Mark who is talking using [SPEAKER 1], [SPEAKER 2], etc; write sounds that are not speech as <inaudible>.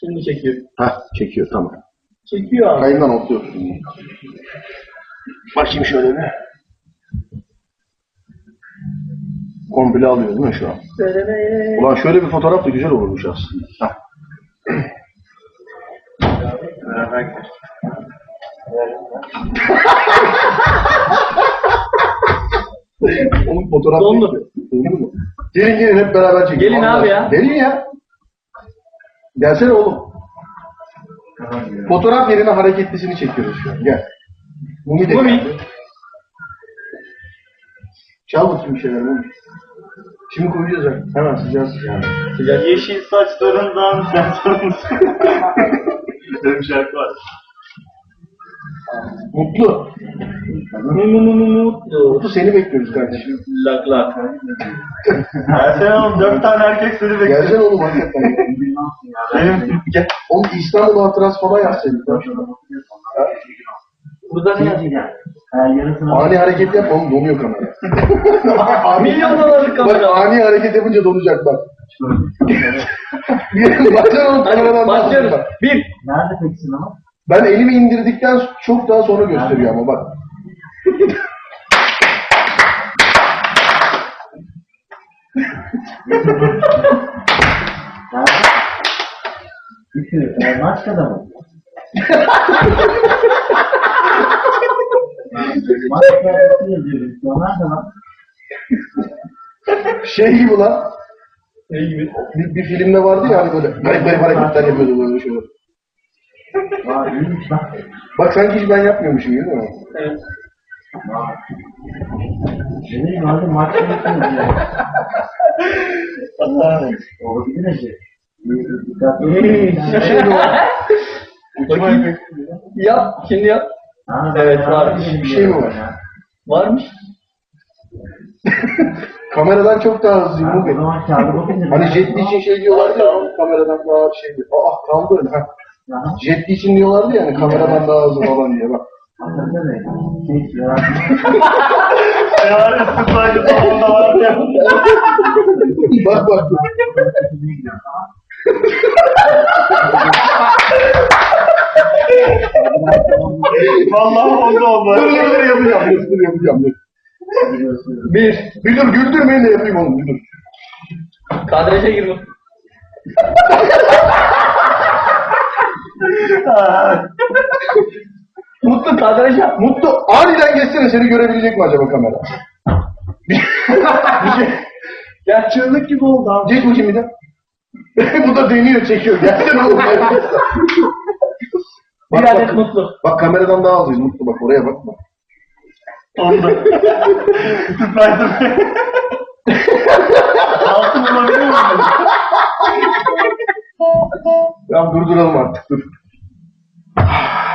[SPEAKER 1] Şimdi çekiyor.
[SPEAKER 2] Ha çekiyor tamam.
[SPEAKER 1] Çekiyor abi.
[SPEAKER 2] Kayından oturuyorsun. Bakayım şöyle bir. Komple alıyor değil mi şu an?
[SPEAKER 1] Söyleme.
[SPEAKER 2] Ulan şöyle bir fotoğraf da güzel olurmuş aslında. Hah. <laughs> Onun fotoğrafı.
[SPEAKER 1] Dondu.
[SPEAKER 2] Dondu mu? Gelin gelin hep beraber çekin.
[SPEAKER 1] Gelin abi ya.
[SPEAKER 2] Gelin ya. Gelsene oğlum. Fotoğraf yerine hareketlisini çekiyoruz şu an. Gel. Mumi de
[SPEAKER 1] Mumi.
[SPEAKER 2] geldi. Çal bakayım bir şeyler Mumi. Şimdi koyacağız ha. Hemen sıcağı sıcağı.
[SPEAKER 3] Yeşil saçlarından sen sorumlusun. <laughs> Böyle bir şarkı var.
[SPEAKER 2] Mutlu.
[SPEAKER 1] Mu mu mu mu mutlu.
[SPEAKER 2] Mutlu seni bekliyoruz kardeşim.
[SPEAKER 1] Lak lak.
[SPEAKER 3] Gelsene oğlum dört tane erkek seni bekliyor.
[SPEAKER 2] Gelsene oğlum hakikaten.
[SPEAKER 1] <laughs>
[SPEAKER 3] Benim
[SPEAKER 2] Gel. Oğlum İstanbul hatırası falan yapsaydın.
[SPEAKER 1] Burada ne yazacaksın?
[SPEAKER 2] Ani hareket yapma oğlum donuyor kamera.
[SPEAKER 1] <laughs> Milyon dolarlık
[SPEAKER 2] Bak
[SPEAKER 1] kamera.
[SPEAKER 2] ani hareket yapınca donacak
[SPEAKER 1] <laughs>
[SPEAKER 2] bak. Başlar oğlum kameradan
[SPEAKER 1] Hadi başlıyoruz.
[SPEAKER 2] bak.
[SPEAKER 1] Bir.
[SPEAKER 3] Nerede peki sinema?
[SPEAKER 2] Ben elimi indirdikten çok daha sonra gösteriyor ama bak.
[SPEAKER 3] Üçü. e, Maçka'da mı? Maçka'da mı yazıyoruz? Onlar da lan.
[SPEAKER 2] Şey gibi lan. Şey
[SPEAKER 1] Ne gibi?
[SPEAKER 2] Bir, bir filmde vardı ya hani böyle garip garip hareketler yapıyordu böyle şöyle.
[SPEAKER 3] Var iyiymiş lan.
[SPEAKER 2] Bak sanki hiç ben yapmıyormuşum gibi değil mi?
[SPEAKER 1] Evet.
[SPEAKER 3] Vay. Ne bileyim abi Maçka'da mı yazıyoruz? Olabilir de şey. Dikkatli
[SPEAKER 2] Bir
[SPEAKER 3] <laughs>
[SPEAKER 2] şey de var. Uçma
[SPEAKER 1] Bakayım.
[SPEAKER 2] efekti.
[SPEAKER 1] Yap. Şimdi yap.
[SPEAKER 3] Ha,
[SPEAKER 1] Evet,
[SPEAKER 3] ben
[SPEAKER 1] varmış.
[SPEAKER 3] bilmiyorum
[SPEAKER 2] Bir şey mi var?
[SPEAKER 3] ya.
[SPEAKER 1] Varmış.
[SPEAKER 2] Kameradan çok daha hızlıyım
[SPEAKER 3] Ha,
[SPEAKER 2] bu
[SPEAKER 3] O
[SPEAKER 2] benim.
[SPEAKER 3] zaman kağıdı bakınca.
[SPEAKER 2] Hani jetli için şey diyorlardı ya oğlum, kameradan daha şey diyor. Aa tam böyle ha.
[SPEAKER 3] Ya,
[SPEAKER 2] Jetli için diyorlardı ya hani kameradan daha hızlı falan diye bak.
[SPEAKER 3] hakikaten de. Hiç ya.
[SPEAKER 2] bak bak.
[SPEAKER 3] Vallahi oldu
[SPEAKER 2] Dur dur
[SPEAKER 3] oldu.
[SPEAKER 2] dur yapacağım. Dur dur yapacağım. Dur.
[SPEAKER 1] Bir.
[SPEAKER 2] Bir dur güldürmeyin de yapayım oğlum bir dur.
[SPEAKER 1] Kadraja
[SPEAKER 3] <laughs>
[SPEAKER 1] gir bu. Mutlu kadraja.
[SPEAKER 2] Mutlu aniden geçsene seni görebilecek mi acaba kamera? şey-
[SPEAKER 1] Ya çığlık gibi oldu abi.
[SPEAKER 2] Geç bakayım bir de. <laughs> Bu da deniyor çekiyor. Gelsene oğlum. gel.
[SPEAKER 1] Bir
[SPEAKER 2] Bak,
[SPEAKER 1] adet
[SPEAKER 2] bak.
[SPEAKER 1] mutlu.
[SPEAKER 2] Bak kameradan daha azıyız Mutlu bak oraya bakma.
[SPEAKER 3] Oldu. Süperdim. Altın olabilir mi?
[SPEAKER 2] Ya durduralım artık dur.